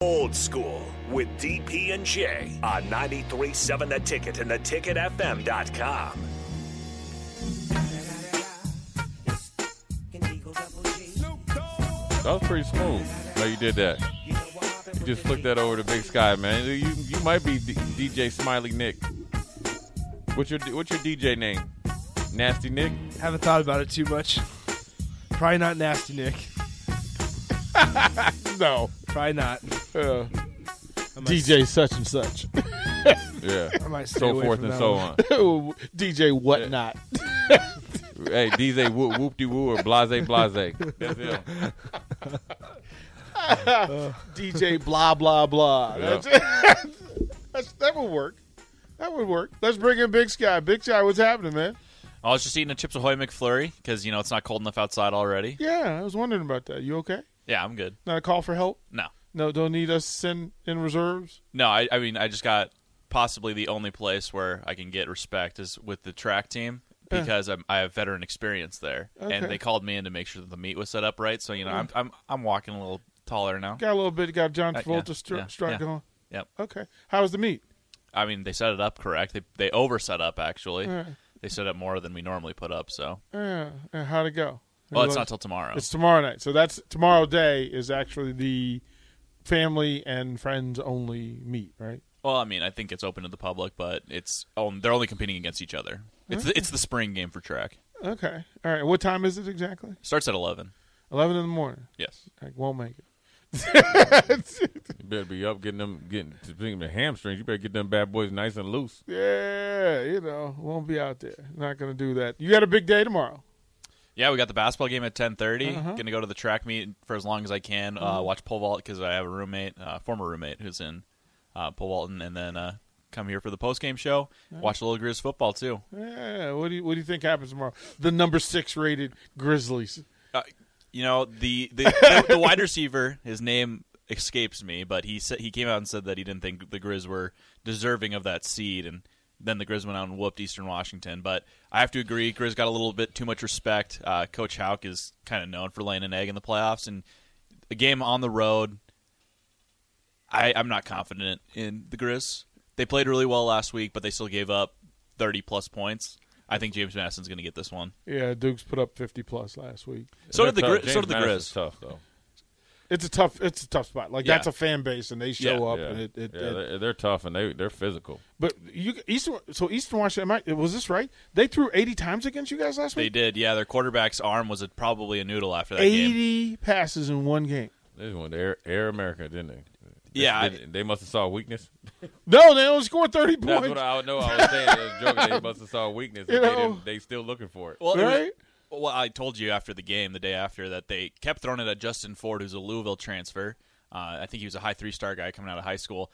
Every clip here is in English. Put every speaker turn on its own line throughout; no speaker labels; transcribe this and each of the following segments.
Old School with DP and J on 93.7 The Ticket and theticketfm.com.
That was pretty smooth. How you did that? You just flicked that over to Big Sky, man. You you might be D- DJ Smiley Nick. What's your what's your DJ name? Nasty Nick.
Haven't thought about it too much. Probably not nasty, Nick.
No. Uh,
Probably not.
Yeah.
I might,
DJ such and such.
I might stay
So
away
forth
from
and
that
so
one.
on.
DJ whatnot.
hey, DJ whoop whoop de woo or blase blase. That's him.
DJ blah blah blah.
Yeah.
That's it. That's, that would work. That would work. Let's bring in Big Sky. Big Sky, what's happening, man?
I was just eating a Chips Ahoy McFlurry because you know it's not cold enough outside already.
Yeah, I was wondering about that. You okay?
Yeah, I'm good.
Not a call for help?
No,
No, don't need us to send in reserves.
no. I, I mean, I just got possibly the only place where I can get respect is with the track team because I'm, I have veteran experience there,
Okay.
and they called me in to make sure that the meat was set up right. So you know, I'm I'm I'm walking a little taller now.
Got a little bit. Got John
Uh, yeah,
Travolta stri-
yeah,
strike
yeah.
going.
Yep.
Okay. How was the meet?
I mean, they set it up correct. They they over set up actually. They set up more than we normally put up. So,
Yeah. And Uh, how'd it go?
well, Oh, it's not till tomorrow.
It's tomorrow night. So that's tomorrow day is actually the family and friends only meet, right?
Well, I mean, I think it's open to the public, but it's oh, they're only competing against each other. It's the, it's the spring game for track.
Okay. All right. What time is it exactly?
Starts at eleven.
Eleven in the morning.
Yes.
Like, won't make it.
You better be up getting them getting speaking of hamstrings. You better get them bad boys nice and loose.
Yeah, you know, won't be out there. Not gonna do that. You got a big day tomorrow.
Yeah, we got the basketball game at ten Going to go to the track meet for as long as I can. Uh, watch pole vault because I have a roommate, uh, former roommate, who's in uh, pole vaulting, and then uh, come here for the post game show. Watch a little Grizz football too.
Yeah. What do you What do you think happens tomorrow? The number six rated Grizzlies.
Uh, you know the the, the the wide receiver, his name escapes me, but he said he came out and said that he didn't think the Grizz were deserving of that seed, and then the Grizz went out and whooped Eastern Washington. But I have to agree, Grizz got a little bit too much respect. Uh, Coach Hauk is kind of known for laying an egg in the playoffs, and a game on the road. I, I'm not confident in the Grizz. They played really well last week, but they still gave up 30 plus points. I think James Madison's going to get this one.
Yeah, Duke's put up fifty plus last week.
So did the
That's tough.
Grizz. So
James
did the
Madison's
Grizz.
Tough though.
It's a tough. It's a tough spot. Like
Yeah.
that's a fan base, and they show
Yeah,
up.
Yeah,
And it, it,
yeah
it-
they're, they're tough and they they're physical.
but you Eastern. So Eastern Washington. Am I, was this right? They threw eighty times against you guys last
They
week.
did, yeah. Their quarterback's arm was a, probably a noodle after that game.
Eighty passes in one game.
They went to Air, Air America, didn't they?
Yeah,
They, they must have saw weakness.
No, they only scored thirty
That's
points.
what I know. I was saying. I was joking. They must have saw weakness.
You
and they,
know.
didn't, they still looking for it.
Well, it was-
Right?
well, I told you after the game, the day after, that they kept throwing it at Justin Ford, who's a Louisville transfer. Uh, I think he was a high three star guy coming out of high school.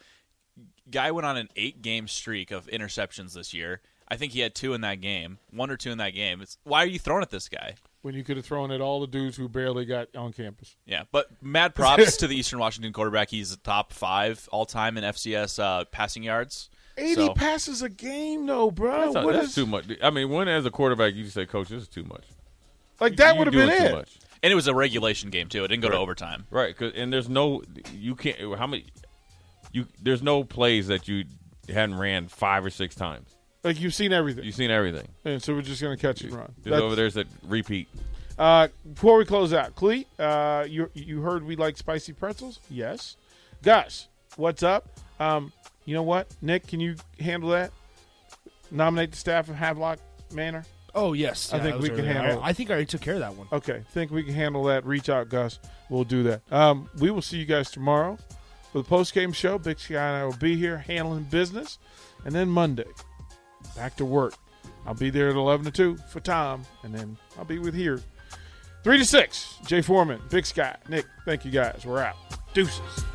Guy went on an eight game streak of interceptions this year. I think he had two in that game, one or two in that game. It's, why are you throwing at this guy?
when you could have thrown at all the dudes who barely got on campus.
Yeah, but mad props to the Eastern Washington quarterback. He's the top five all time in FCS uh, passing yards.
80
So-
passes a game, though, bro.
That's,
What
that's
is-
too much. I mean, when as a quarterback, you say, "Coach, this is too much."
Like, that
You
would have
doing
been
too
it.
much.
And it was a regulation game, too. It didn't go to overtime.
right? 'cause- and there's no, you can't. How many? You there's no plays that you hadn't ran five or six times.
Like, you've seen everything.
You've seen everything.
and so we're just going to catch and run.
This over there's a repeat.
Uh, before we close out, Cleet, uh, you, you heard we like spicy pretzels? Yes. Gus, what's up? Um, you know what? Nick, can you handle that? Nominate the staff of Havelock Manor?
Oh yes,
I
Yeah,
think
that was
we can
earlier.
handle
I, I think I already took care of that one.
Okay, think we can handle that. Reach out, Gus. We'll do that. Um, we will see you guys tomorrow for the post game show. Big Sky and I will be here handling business, and then Monday, back to work. I'll be there at eleven to two for Tom, and then I'll be with here three to six. Jay Foreman, Big Sky, Nick. Thank you guys. We're out. Deuces.